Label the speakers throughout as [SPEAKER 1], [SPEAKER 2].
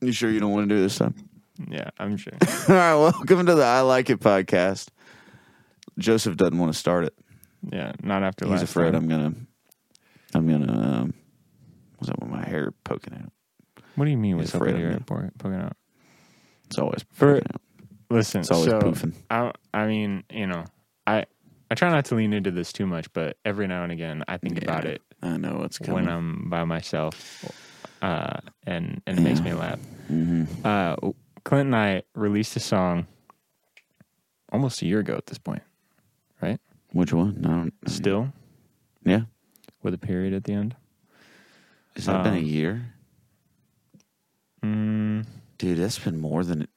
[SPEAKER 1] You sure you don't want to do this time?
[SPEAKER 2] Yeah, I'm sure.
[SPEAKER 1] All right, welcome to the I Like It podcast. Joseph doesn't want to start it.
[SPEAKER 2] Yeah, not after
[SPEAKER 1] He's
[SPEAKER 2] last.
[SPEAKER 1] afraid
[SPEAKER 2] time.
[SPEAKER 1] I'm gonna, I'm gonna. Um, was that with my hair poking out?
[SPEAKER 2] What do you mean? What's up
[SPEAKER 1] afraid
[SPEAKER 2] with
[SPEAKER 1] I'm
[SPEAKER 2] your
[SPEAKER 1] gonna-
[SPEAKER 2] airport poking out?
[SPEAKER 1] It's always
[SPEAKER 2] For-
[SPEAKER 1] poking out.
[SPEAKER 2] Listen,
[SPEAKER 1] It's always
[SPEAKER 2] so
[SPEAKER 1] poofing.
[SPEAKER 2] I, I mean, you know, I, I try not to lean into this too much, but every now and again, I think
[SPEAKER 1] Yeah.
[SPEAKER 2] about it
[SPEAKER 1] I know it's
[SPEAKER 2] when um,
[SPEAKER 1] coming.
[SPEAKER 2] I'm by myself, uh, and and it makes me laugh.
[SPEAKER 1] hmm
[SPEAKER 2] Uh, Clint and I released a song almost a year ago at this point.
[SPEAKER 1] Which one? I don't.
[SPEAKER 2] Still
[SPEAKER 1] Yeah.
[SPEAKER 2] with a period at the end.
[SPEAKER 1] Has that been a
[SPEAKER 2] Um,
[SPEAKER 1] year,
[SPEAKER 2] Mm,
[SPEAKER 1] dude? That's been more than.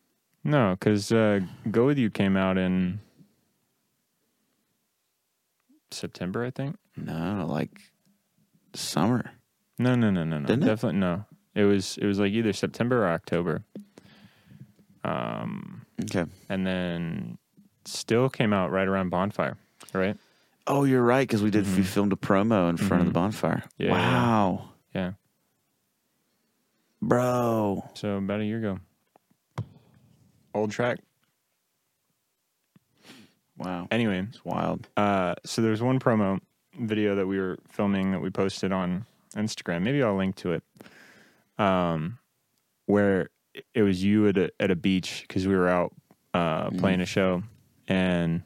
[SPEAKER 2] no, because uh, Go with You came out in September, I think.
[SPEAKER 1] No, like summer.
[SPEAKER 2] No, no, no, no, no.
[SPEAKER 1] Didn't it?
[SPEAKER 2] Definitely no. It was it was like either September or October. Um,
[SPEAKER 1] Okay.
[SPEAKER 2] and then still came out right around bonfire, right?
[SPEAKER 1] Oh, you're right because we did. We
[SPEAKER 2] Mhm.
[SPEAKER 1] filmed a promo in front of the
[SPEAKER 2] Mhm.
[SPEAKER 1] bonfire.
[SPEAKER 2] Yeah, yeah, yeah.
[SPEAKER 1] wow,
[SPEAKER 2] Yeah.
[SPEAKER 1] bro.
[SPEAKER 2] So about a year ago. Old track.
[SPEAKER 1] Wow,
[SPEAKER 2] Anyway,
[SPEAKER 1] it's wild.
[SPEAKER 2] uh, so there's one promo video that we were filming that we posted on Instagram. Maybe I'll link to it. Um, where it was you at a at a beach because we were out uh, playing a show, and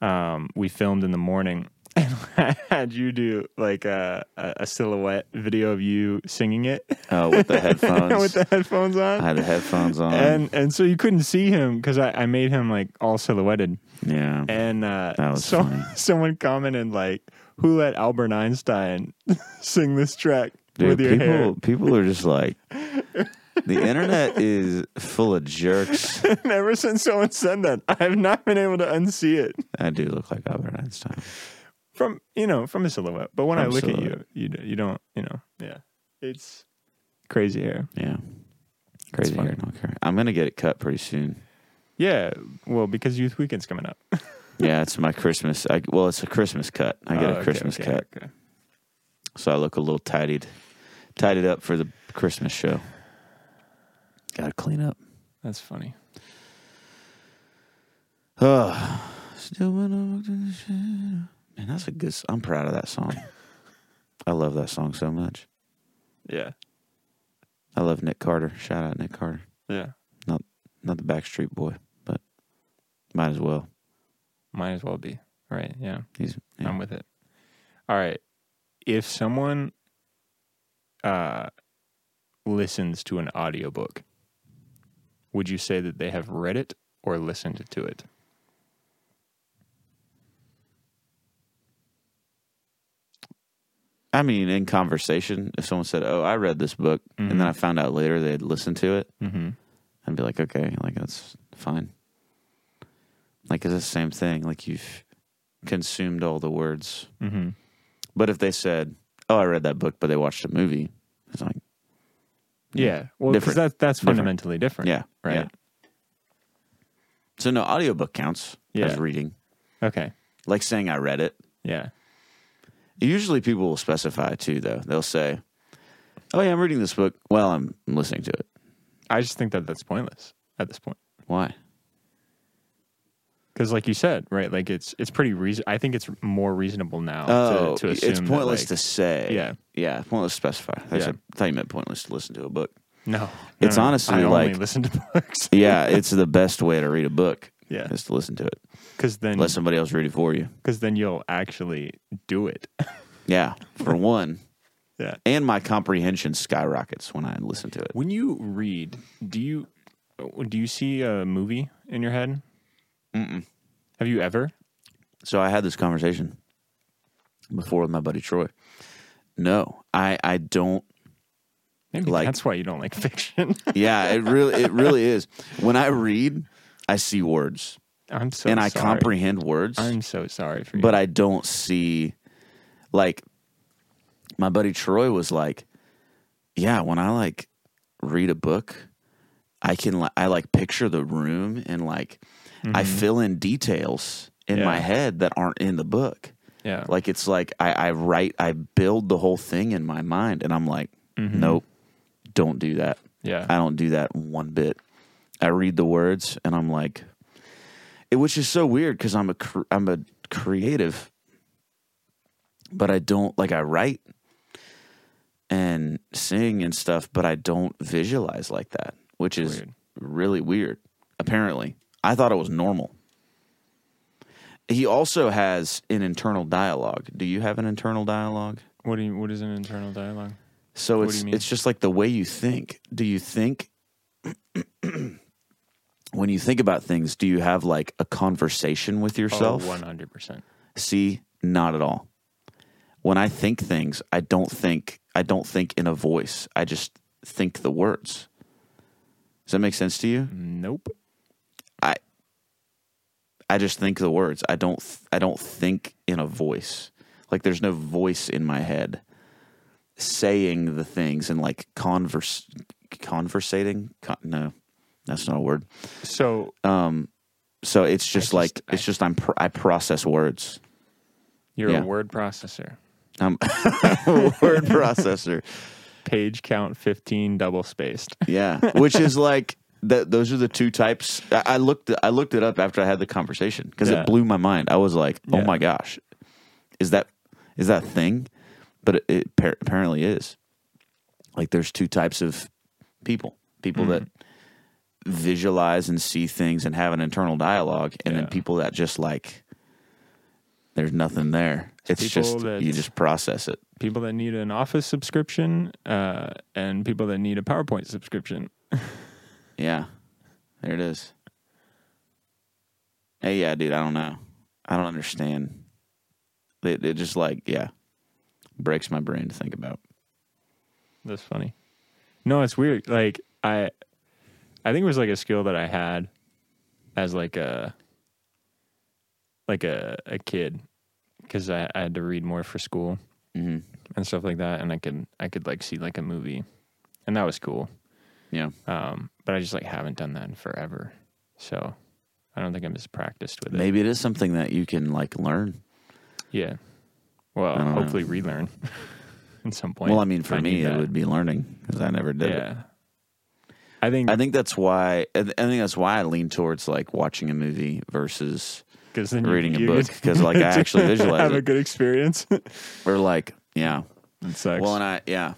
[SPEAKER 2] um, we filmed in the morning. And I had you do like a, a a silhouette video of you singing it
[SPEAKER 1] Oh, with the headphones.
[SPEAKER 2] with the headphones on.
[SPEAKER 1] I had the headphones on.
[SPEAKER 2] and and so you couldn't see him because I, I made him like all silhouetted
[SPEAKER 1] yeah,
[SPEAKER 2] and uh
[SPEAKER 1] That was
[SPEAKER 2] so,
[SPEAKER 1] funny.
[SPEAKER 2] someone commented like who let albert einstein sing this track
[SPEAKER 1] dude.
[SPEAKER 2] with your
[SPEAKER 1] People,
[SPEAKER 2] hair
[SPEAKER 1] people are just like the internet is full of jerks.
[SPEAKER 2] and ever since someone said that i have not been able to unsee it
[SPEAKER 1] I do look like Albert Einstein.
[SPEAKER 2] from you know from a silhouette but when i
[SPEAKER 1] From
[SPEAKER 2] look at you
[SPEAKER 1] silhouette.
[SPEAKER 2] you d- you don't you know yeah it's crazy hair
[SPEAKER 1] Yeah, crazy hair.
[SPEAKER 2] funny.
[SPEAKER 1] Don't care. I'm gonna get it cut pretty soon.
[SPEAKER 2] yeah well because youth weekend's coming up
[SPEAKER 1] Yeah, it's my Christmas. I, well, it's a Christmas cut. I get
[SPEAKER 2] Oh,
[SPEAKER 1] a
[SPEAKER 2] okay,
[SPEAKER 1] Christmas
[SPEAKER 2] okay,
[SPEAKER 1] cut,
[SPEAKER 2] okay.
[SPEAKER 1] so I look a little tidied, tidied up for the Christmas show. Got to clean up.
[SPEAKER 2] that's funny
[SPEAKER 1] Ugh. Still when I walked in the shadow. Man, that's a good. s- I'm proud of that song. I love that song so much.
[SPEAKER 2] yeah
[SPEAKER 1] I love Nick Carter. Shout out Nick Carter,
[SPEAKER 2] yeah
[SPEAKER 1] not the Backstreet Boy, but might as well.
[SPEAKER 2] might as well be right yeah
[SPEAKER 1] He's yeah.
[SPEAKER 2] I'm with it. All right. If someone uh, listens to an audiobook, would you say that they have read it or listened to it?
[SPEAKER 1] I mean, in conversation, if someone said, "Oh, I read this book,"
[SPEAKER 2] Mhm.
[SPEAKER 1] and then I found out later they had listened to it,
[SPEAKER 2] Mm-hmm.
[SPEAKER 1] I'd be like, "Okay, like that's fine." Like it's the same thing. Like you've consumed all the words.
[SPEAKER 2] Mm-hmm.
[SPEAKER 1] But if they said, "Oh, I read that book," but they watched a movie, it's like,
[SPEAKER 2] Yeah. Well, 'cause
[SPEAKER 1] Different.
[SPEAKER 2] that, that's
[SPEAKER 1] Different.
[SPEAKER 2] fundamentally different.
[SPEAKER 1] yeah, yeah.
[SPEAKER 2] Right.
[SPEAKER 1] So no, audiobook counts
[SPEAKER 2] Yeah.
[SPEAKER 1] as reading.
[SPEAKER 2] Okay.
[SPEAKER 1] Like saying I read it.
[SPEAKER 2] Yeah.
[SPEAKER 1] Usually people will specify too though. They'll say, "Oh yeah, I'm reading this book while I'm listening to it."
[SPEAKER 2] I just think that that's pointless at this point.
[SPEAKER 1] Why?
[SPEAKER 2] Because, like you said, right? Like it's it's pretty reason. I think it's more reasonable now.
[SPEAKER 1] Oh,
[SPEAKER 2] to, to assume
[SPEAKER 1] it's
[SPEAKER 2] that,
[SPEAKER 1] pointless
[SPEAKER 2] like-
[SPEAKER 1] to say.
[SPEAKER 2] Yeah.
[SPEAKER 1] Yeah, pointless to specify. That's
[SPEAKER 2] Yeah.
[SPEAKER 1] a- I thought you meant pointless to listen to a book.
[SPEAKER 2] No, no,
[SPEAKER 1] It's
[SPEAKER 2] no.
[SPEAKER 1] honestly
[SPEAKER 2] I only
[SPEAKER 1] like-
[SPEAKER 2] listen to books.
[SPEAKER 1] Yeah, it's the best way to read a book
[SPEAKER 2] yeah, Hmm.
[SPEAKER 1] is to listen to it.
[SPEAKER 2] because then
[SPEAKER 1] Let somebody else read it for you.
[SPEAKER 2] because then you'll actually do it.
[SPEAKER 1] Yeah, for one.
[SPEAKER 2] Yeah.
[SPEAKER 1] And my comprehension skyrockets when I listen to it.
[SPEAKER 2] When you read, do you do you see a movie in your head?
[SPEAKER 1] Mm-mm.
[SPEAKER 2] Have you ever?
[SPEAKER 1] So I had this conversation before with my buddy Troy. No, I I don't.
[SPEAKER 2] Maybe
[SPEAKER 1] Like-
[SPEAKER 2] that's why you don't like fiction.
[SPEAKER 1] Yeah, it really it really is. When I read, I see words
[SPEAKER 2] I'm so
[SPEAKER 1] and I
[SPEAKER 2] sorry.
[SPEAKER 1] comprehend words,
[SPEAKER 2] I'm so sorry for you.
[SPEAKER 1] but I don't see. Like, my buddy Troy was like, "Yeah, when I like read a book, I can li- I like picture the room and like I fill in details in
[SPEAKER 2] Mm-hmm. Yeah.
[SPEAKER 1] my head that aren't in the book."
[SPEAKER 2] yeah,
[SPEAKER 1] Like it's like I, I write, I build the whole thing in my mind, and I'm like, nope, don't do that.
[SPEAKER 2] Yeah.
[SPEAKER 1] I don't do that one bit. I read the words and I'm like, it, which is so weird because I'm a cr- I'm a creative, but I don't like I write and sing and stuff, but I don't visualize like that, which is
[SPEAKER 2] Weird.
[SPEAKER 1] really weird. Apparently, I thought it was normal. He also has an internal dialogue. Do you have an internal dialogue?
[SPEAKER 2] What do you, what is an internal dialogue?
[SPEAKER 1] So
[SPEAKER 2] What do
[SPEAKER 1] it's
[SPEAKER 2] you mean?
[SPEAKER 1] it's just like the way you think. Do you think when you think about things, do you have like a conversation with yourself?
[SPEAKER 2] Oh, 100%.
[SPEAKER 1] See, not at all. When I think things, I don't think I don't think in a voice. I just think the words. Does that make sense to you?
[SPEAKER 2] Nope.
[SPEAKER 1] I I just think the words. I don't th- I don't think in a voice. Like there's no voice in my head saying the things and like converse conversating. Con- no, that's not a word.
[SPEAKER 2] So
[SPEAKER 1] Um, so it's just,
[SPEAKER 2] just-
[SPEAKER 1] like
[SPEAKER 2] I-
[SPEAKER 1] it's just I'm pr- I process words.
[SPEAKER 2] you're
[SPEAKER 1] Yeah.
[SPEAKER 2] a word processor.
[SPEAKER 1] I'm a word processor.
[SPEAKER 2] Page count 15 double spaced.
[SPEAKER 1] Yeah, which is like that. Those are the two types. I, I looked. I looked it up after I had the conversation because
[SPEAKER 2] Yeah.
[SPEAKER 1] it blew my mind. I was like, "Oh
[SPEAKER 2] Yeah.
[SPEAKER 1] my gosh, is that is that a thing?" But it, it par- apparently is. Like, there's two types of people: people that
[SPEAKER 2] Mm-hmm.
[SPEAKER 1] visualize and see things and have an internal dialogue, and then
[SPEAKER 2] Yeah.
[SPEAKER 1] people that just like there's nothing there. It's
[SPEAKER 2] people
[SPEAKER 1] just
[SPEAKER 2] that-
[SPEAKER 1] you just process it.
[SPEAKER 2] People that need an office subscription uh, and people that need a PowerPoint subscription.
[SPEAKER 1] Yeah. There it is. Hey, yeah, dude, I don't know. I don't understand. It, it just like, yeah, breaks my brain to think about.
[SPEAKER 2] That's funny. No, it's weird. Like I, I think it was like a skill that I had as like a, like a a kid, because I, I had to read more for school
[SPEAKER 1] hmm
[SPEAKER 2] and stuff like that, and I could I could like see like a movie, and that was cool.
[SPEAKER 1] Yeah.
[SPEAKER 2] Um, but I just like haven't done that in forever, so I don't think I'm as practiced with it.
[SPEAKER 1] Maybe it is something that you can like learn.
[SPEAKER 2] Yeah.
[SPEAKER 1] I
[SPEAKER 2] Well,
[SPEAKER 1] don't know.
[SPEAKER 2] hopefully relearn at some point.
[SPEAKER 1] well, I mean, for me,
[SPEAKER 2] need
[SPEAKER 1] it
[SPEAKER 2] that.
[SPEAKER 1] would be learning because I never did it.
[SPEAKER 2] Yeah. I think
[SPEAKER 1] I think that's why I th- I think that's why I lean towards like watching a movie versus
[SPEAKER 2] because then
[SPEAKER 1] reading a
[SPEAKER 2] you,
[SPEAKER 1] book, 'cause, like, I actually visualize
[SPEAKER 2] have a
[SPEAKER 1] it.
[SPEAKER 2] good experience. it
[SPEAKER 1] or like yeah.
[SPEAKER 2] sucks.
[SPEAKER 1] Well, and I yeah,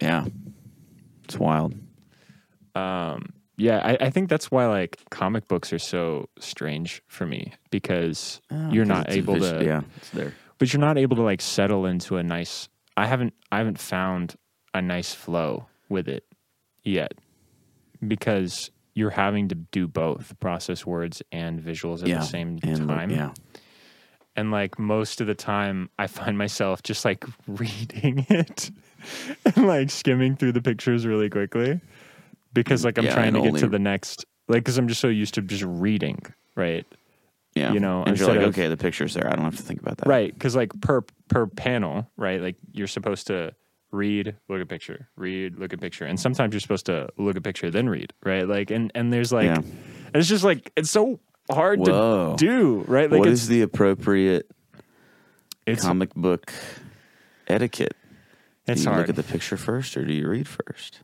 [SPEAKER 1] yeah, it's wild.
[SPEAKER 2] yeah, I, I think that's why like comic books are so strange for me because
[SPEAKER 1] Oh,
[SPEAKER 2] you're
[SPEAKER 1] 'cause
[SPEAKER 2] not
[SPEAKER 1] it's a
[SPEAKER 2] able
[SPEAKER 1] vis-
[SPEAKER 2] to.
[SPEAKER 1] yeah, it's there.
[SPEAKER 2] But you're not able to like settle into a nice. I haven't I haven't found a nice flow with it yet because you're having to do both process words and visuals at
[SPEAKER 1] yeah,
[SPEAKER 2] the same
[SPEAKER 1] and, uh,
[SPEAKER 2] time.
[SPEAKER 1] Yeah,
[SPEAKER 2] and like most of the time i find myself just like reading it and like skimming through the pictures really quickly because like i'm
[SPEAKER 1] Yeah,
[SPEAKER 2] trying to
[SPEAKER 1] and
[SPEAKER 2] get to
[SPEAKER 1] only-
[SPEAKER 2] the next like because i'm just so used to just reading right
[SPEAKER 1] Yeah.
[SPEAKER 2] you know,
[SPEAKER 1] and you're like,
[SPEAKER 2] instead of-
[SPEAKER 1] okay, the picture's there. I don't have to think about that.
[SPEAKER 2] right because like per per panel right like you're supposed to read look at picture read look at picture and sometimes you're supposed to look at picture then read right like and and there's like
[SPEAKER 1] Yeah.
[SPEAKER 2] and it's just like it's so hard
[SPEAKER 1] Whoa.
[SPEAKER 2] to do right like
[SPEAKER 1] what
[SPEAKER 2] it's
[SPEAKER 1] is the appropriate
[SPEAKER 2] it's,
[SPEAKER 1] comic book etiquette?
[SPEAKER 2] it's
[SPEAKER 1] do you look
[SPEAKER 2] hard
[SPEAKER 1] at the picture first or do you read first?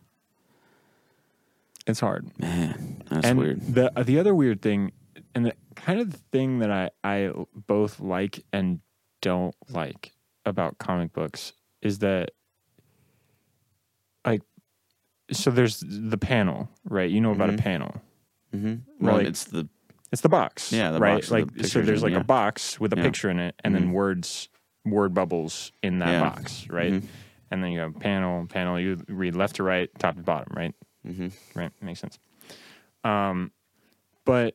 [SPEAKER 2] it's hard
[SPEAKER 1] Man, that's
[SPEAKER 2] and
[SPEAKER 1] weird.
[SPEAKER 2] The uh, the other weird thing, and the kind of thing that I I both like and don't like about comic books is that like so there's the panel right you know about
[SPEAKER 1] Mhm.
[SPEAKER 2] a panel
[SPEAKER 1] hmm Well,
[SPEAKER 2] like-
[SPEAKER 1] it's the
[SPEAKER 2] it's the box
[SPEAKER 1] Yeah, the
[SPEAKER 2] right
[SPEAKER 1] box with
[SPEAKER 2] like
[SPEAKER 1] the
[SPEAKER 2] so
[SPEAKER 1] pictures
[SPEAKER 2] there's
[SPEAKER 1] in,
[SPEAKER 2] like
[SPEAKER 1] yeah.
[SPEAKER 2] a box with a
[SPEAKER 1] Yeah. Mm-hmm.
[SPEAKER 2] picture in it and then words word bubbles in that
[SPEAKER 1] Yeah.
[SPEAKER 2] box right
[SPEAKER 1] Mhm.
[SPEAKER 2] and then you have panel panel you read left to right top to bottom right
[SPEAKER 1] mhm.
[SPEAKER 2] right makes sense um but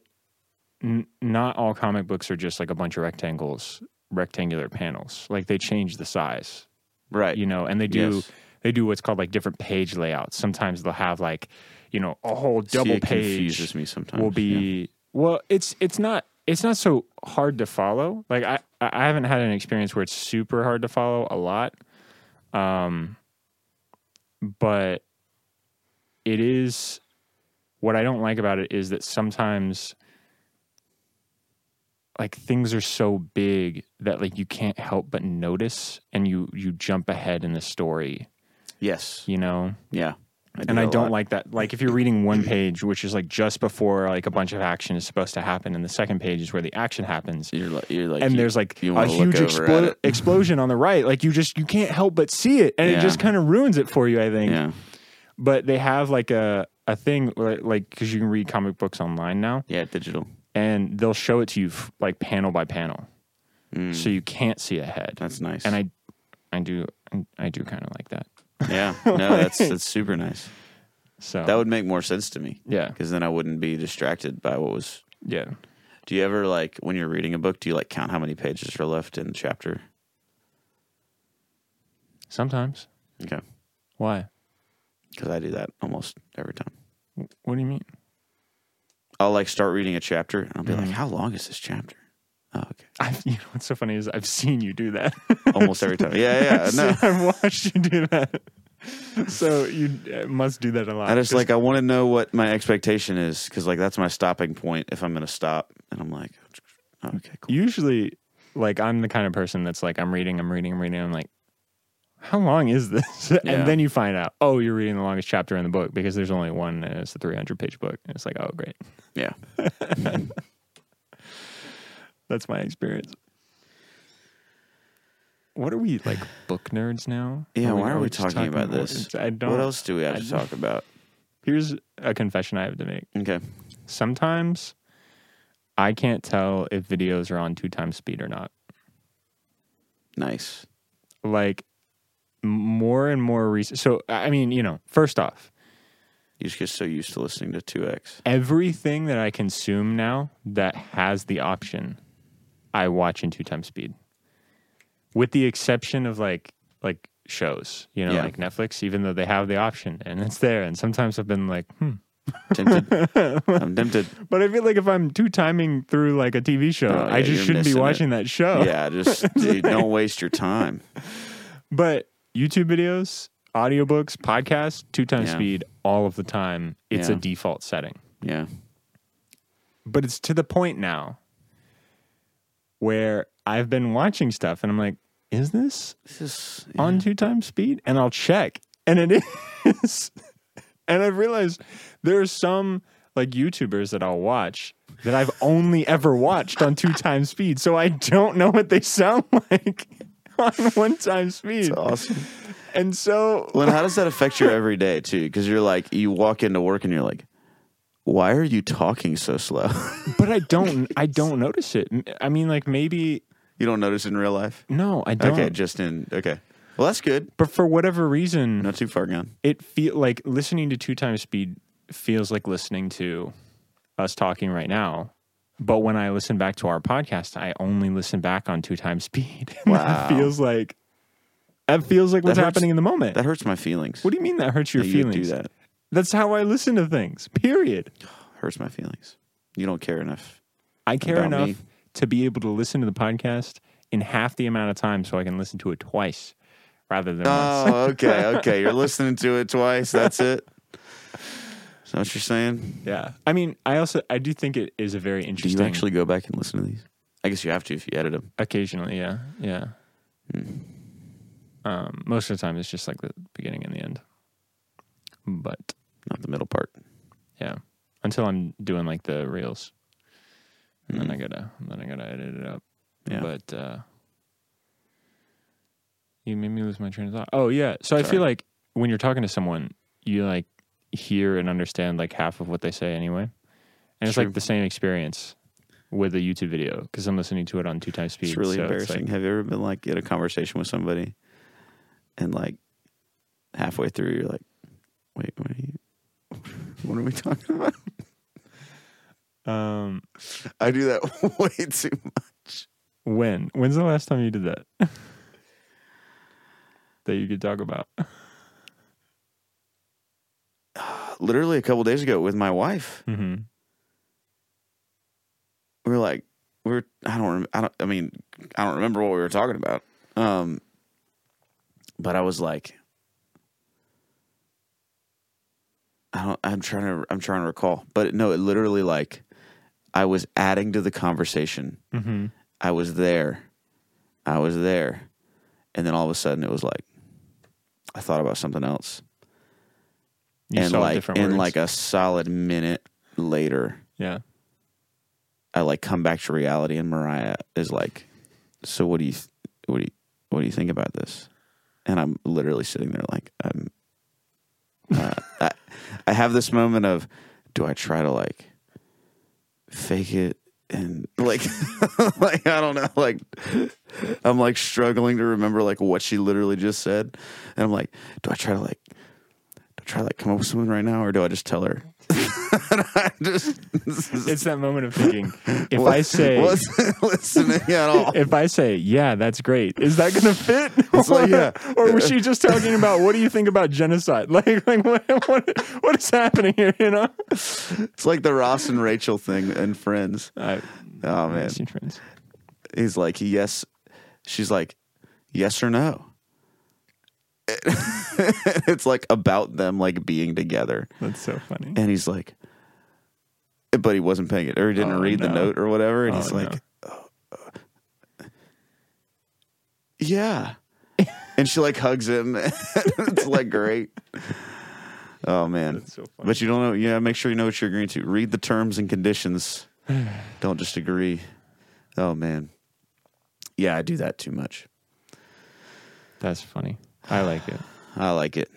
[SPEAKER 2] n- not all comic books are just like a bunch of rectangles rectangular panels like they change the size
[SPEAKER 1] right.
[SPEAKER 2] you know and they do
[SPEAKER 1] Yes.
[SPEAKER 2] they do what's called like different page layouts sometimes they'll have like you know a whole
[SPEAKER 1] See,
[SPEAKER 2] double
[SPEAKER 1] it
[SPEAKER 2] page
[SPEAKER 1] confuses me sometimes.
[SPEAKER 2] will be well it's it's not it's not so hard to follow like i i I haven't had an experience where it's super hard to follow a lot um but it is what i don't like about it is that sometimes like things are so big that like you can't help but notice and you you jump ahead in the story
[SPEAKER 1] yeah. yes.
[SPEAKER 2] you know
[SPEAKER 1] Yeah. do that
[SPEAKER 2] and I
[SPEAKER 1] a
[SPEAKER 2] don't
[SPEAKER 1] lot.
[SPEAKER 2] like that. Like if you're reading one page, which is like just before like a bunch of action is supposed to happen, and the second page is where the action happens.
[SPEAKER 1] You're like, you're like,
[SPEAKER 2] and
[SPEAKER 1] you-
[SPEAKER 2] there's like
[SPEAKER 1] you
[SPEAKER 2] a
[SPEAKER 1] wanna look
[SPEAKER 2] huge
[SPEAKER 1] over at
[SPEAKER 2] explo-
[SPEAKER 1] it.
[SPEAKER 2] explosion on the right. Like you just you can't help but see it, and it
[SPEAKER 1] Yeah.
[SPEAKER 2] just kind of ruins it for you. I think.
[SPEAKER 1] yeah,
[SPEAKER 2] But they have like a a thing where, like because you can read comic books online now,
[SPEAKER 1] yeah, digital.
[SPEAKER 2] and they'll show it to you f- like panel by panel,
[SPEAKER 1] Mm,
[SPEAKER 2] so you can't see ahead.
[SPEAKER 1] that's nice.
[SPEAKER 2] and I I do I do kind of like that.
[SPEAKER 1] yeah, no, that's that's super nice.
[SPEAKER 2] So
[SPEAKER 1] That would make more sense to me
[SPEAKER 2] yeah
[SPEAKER 1] because then I wouldn't be distracted by what was.
[SPEAKER 2] yeah.
[SPEAKER 1] Do you ever like when you're reading a book? Do you like count how many pages are left in the chapter?
[SPEAKER 2] Sometimes
[SPEAKER 1] Okay,
[SPEAKER 2] why?
[SPEAKER 1] because I do that almost every time.
[SPEAKER 2] What do you mean?
[SPEAKER 1] I'll like start reading a chapter and I'll be
[SPEAKER 2] Mhm.
[SPEAKER 1] like, "How long is this chapter?" Oh, okay.
[SPEAKER 2] I've, you know what's so funny is I've seen you do that.
[SPEAKER 1] Almost every time. Yeah, yeah. No,
[SPEAKER 2] I've watched you do that. So you uh, must do that a lot.
[SPEAKER 1] I just
[SPEAKER 2] 'cause
[SPEAKER 1] like I want to know what my expectation is because like that's my stopping point if I'm gonna stop. And I'm like, okay, cool.
[SPEAKER 2] usually like I'm the kind of person that's like I'm reading, I'm reading, I'm reading. I'm like, how long is this?
[SPEAKER 1] Yeah.
[SPEAKER 2] And then you find out, oh, you're reading the longest chapter in the book because there's only one and it's a 300 page book. And it's like, oh, great.
[SPEAKER 1] Yeah.
[SPEAKER 2] That's my experience. What are we like book nerds now?
[SPEAKER 1] Yeah, why are we
[SPEAKER 2] just
[SPEAKER 1] talking about this?
[SPEAKER 2] I don't.
[SPEAKER 1] What else do we have
[SPEAKER 2] I
[SPEAKER 1] to
[SPEAKER 2] don't-
[SPEAKER 1] talk about?
[SPEAKER 2] Here's a confession I have to make.
[SPEAKER 1] Okay.
[SPEAKER 2] Sometimes I can't tell if videos are on two times speed or not.
[SPEAKER 1] Nice.
[SPEAKER 2] Like m- more and more recent. So I I mean, you know, first off,
[SPEAKER 1] You just get so used to listening to 2X.
[SPEAKER 2] everything that I consume now that has the option, I watch in two times speed. With the exception of like like shows, you know,
[SPEAKER 1] Yeah.
[SPEAKER 2] like Netflix, even though they have the option and it's there. And sometimes I've been like, hmm.
[SPEAKER 1] Tempted. I'm tempted.
[SPEAKER 2] But I feel like if I'm two timing through like a TV show,
[SPEAKER 1] Oh,
[SPEAKER 2] I
[SPEAKER 1] yeah,
[SPEAKER 2] just
[SPEAKER 1] you're
[SPEAKER 2] shouldn't be
[SPEAKER 1] missing it.
[SPEAKER 2] watching that show.
[SPEAKER 1] Yeah, just dude, don't waste your time.
[SPEAKER 2] But YouTube videos, audiobooks, podcasts, two times
[SPEAKER 1] Yeah.
[SPEAKER 2] speed all of the time. It's a
[SPEAKER 1] Yeah.
[SPEAKER 2] default setting.
[SPEAKER 1] Yeah.
[SPEAKER 2] But it's to the point now where I've been watching stuff and I'm like, is this
[SPEAKER 1] This is
[SPEAKER 2] on two times speed? And I'll check. And it is. and I've realized there are some like YouTubers that I'll watch that I've only ever watched on two times speed. So I don't know what they sound like on one time speed.
[SPEAKER 1] awesome.
[SPEAKER 2] And so
[SPEAKER 1] Lynn, how does that affect your everyday too? Because you're like, you walk into work and you're like, why are you talking so slow?
[SPEAKER 2] But I don't. I don't notice it. M- I mean, like maybe
[SPEAKER 1] you don't notice in real life?
[SPEAKER 2] no, I don't.
[SPEAKER 1] Okay, just in. Okay. Well, that's good.
[SPEAKER 2] but for whatever reason,
[SPEAKER 1] Not too far gone.
[SPEAKER 2] it feel like listening to two times speed feels like listening to us talking right now. But when I listen back to our podcast, I only listen back on two times speed. And
[SPEAKER 1] Wow.
[SPEAKER 2] that feels like that feels like what's
[SPEAKER 1] hurts.
[SPEAKER 2] happening in the moment.
[SPEAKER 1] That hurts my feelings.
[SPEAKER 2] what do you mean that hurts your
[SPEAKER 1] That you would
[SPEAKER 2] feelings?
[SPEAKER 1] do that.
[SPEAKER 2] That's how I listen to things. Period.
[SPEAKER 1] Hurts my feelings. You don't care enough.
[SPEAKER 2] I care
[SPEAKER 1] About
[SPEAKER 2] enough
[SPEAKER 1] me.
[SPEAKER 2] to be able to listen to the podcast in half the amount of time so I can listen to it twice rather than once.
[SPEAKER 1] Oh, okay, okay. You're listening to it twice. That's it. Is that what you're saying?
[SPEAKER 2] Yeah. I mean, I also I do think it is a very
[SPEAKER 1] Do
[SPEAKER 2] interesting
[SPEAKER 1] you actually go back and listen to these? I guess you have to if you edit them.
[SPEAKER 2] occasionally, yeah. Yeah.
[SPEAKER 1] Hmm.
[SPEAKER 2] Um, most of the time it's just like the beginning and the end. But
[SPEAKER 1] Not the middle part.
[SPEAKER 2] yeah. Until I'm doing like the reels. And
[SPEAKER 1] Hmm.
[SPEAKER 2] then I gotta then I gotta edit it up.
[SPEAKER 1] Yeah.
[SPEAKER 2] But uh you made me lose my train of thought. Oh yeah. So I
[SPEAKER 1] Sorry.
[SPEAKER 2] feel like when you're talking to someone, you like hear and understand like half of what they say anyway. And it's
[SPEAKER 1] True.
[SPEAKER 2] like the same experience with a YouTube video because I'm listening to it on two times speed.
[SPEAKER 1] It's really
[SPEAKER 2] so
[SPEAKER 1] embarrassing.
[SPEAKER 2] like-
[SPEAKER 1] Have you ever been like in a conversation with somebody and like halfway through you're like, wait, what are you what are we talking about?
[SPEAKER 2] um,
[SPEAKER 1] I do that way too much.
[SPEAKER 2] when? When's the last time you did that? that you could talk about?
[SPEAKER 1] Literally a couple days ago with my wife.
[SPEAKER 2] Mm-hmm.
[SPEAKER 1] we were like we were I don't rem- I don't I mean I don't remember what we were talking about. Um but I was like I don't I'm trying to I'm trying to recall. But no, it literally like I was adding to the conversation.
[SPEAKER 2] Mm-hmm.
[SPEAKER 1] I was there. I was there. And then all of a sudden it was like I thought about something else.
[SPEAKER 2] You
[SPEAKER 1] and
[SPEAKER 2] saw
[SPEAKER 1] like
[SPEAKER 2] different
[SPEAKER 1] and
[SPEAKER 2] words.
[SPEAKER 1] like a solid minute later,
[SPEAKER 2] yeah.
[SPEAKER 1] I like come back to reality, and Mariah is like, "So what do you th- what do you what do you think about this?" And I'm literally sitting there like, I'm, uh, I, I have this moment of, do I try to like fake it and like, like I don't know, like I'm like struggling to remember like what she literally just said, and I'm like, do I try to like, do I try to like come up with something right now, or do I just tell her? I just,
[SPEAKER 2] It's that moment of thinking. If
[SPEAKER 1] Wa-
[SPEAKER 2] I say,
[SPEAKER 1] wasn't listening at all.
[SPEAKER 2] if I say, yeah, that's great. Is that going to fit?
[SPEAKER 1] It's like, yeah.
[SPEAKER 2] or was she just talking about what do you think about genocide? Like, like what, what, what is happening here? You know.
[SPEAKER 1] It's like the Ross and Rachel thing and Friends.
[SPEAKER 2] I,
[SPEAKER 1] Oh man,
[SPEAKER 2] see friends.
[SPEAKER 1] he's like yes. She's like yes or no. it's like about them like being together,
[SPEAKER 2] That's so funny.
[SPEAKER 1] and he's like, but he wasn't paying it or he didn't
[SPEAKER 2] Oh,
[SPEAKER 1] read the
[SPEAKER 2] no.
[SPEAKER 1] note or whatever, and
[SPEAKER 2] Oh,
[SPEAKER 1] he's
[SPEAKER 2] no.
[SPEAKER 1] like, "Oh, uh, yeah, and she like hugs him. it's like great. Oh man,
[SPEAKER 2] That's so funny.
[SPEAKER 1] But you don't know. Yeah, make sure you know what you're agreeing to. Read the terms and conditions. don't just agree. Oh man. Yeah, I do that too much.
[SPEAKER 2] That's funny. I like it.
[SPEAKER 1] I like it.